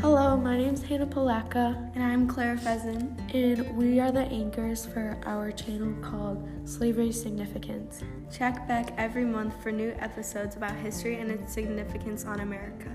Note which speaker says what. Speaker 1: Hello, my name is Hannah Palaka,
Speaker 2: And I'm Clara Pheasant.
Speaker 1: and we are the anchors for our channel called Slavery Significance.
Speaker 2: Check back every month for new episodes about history and its significance on America.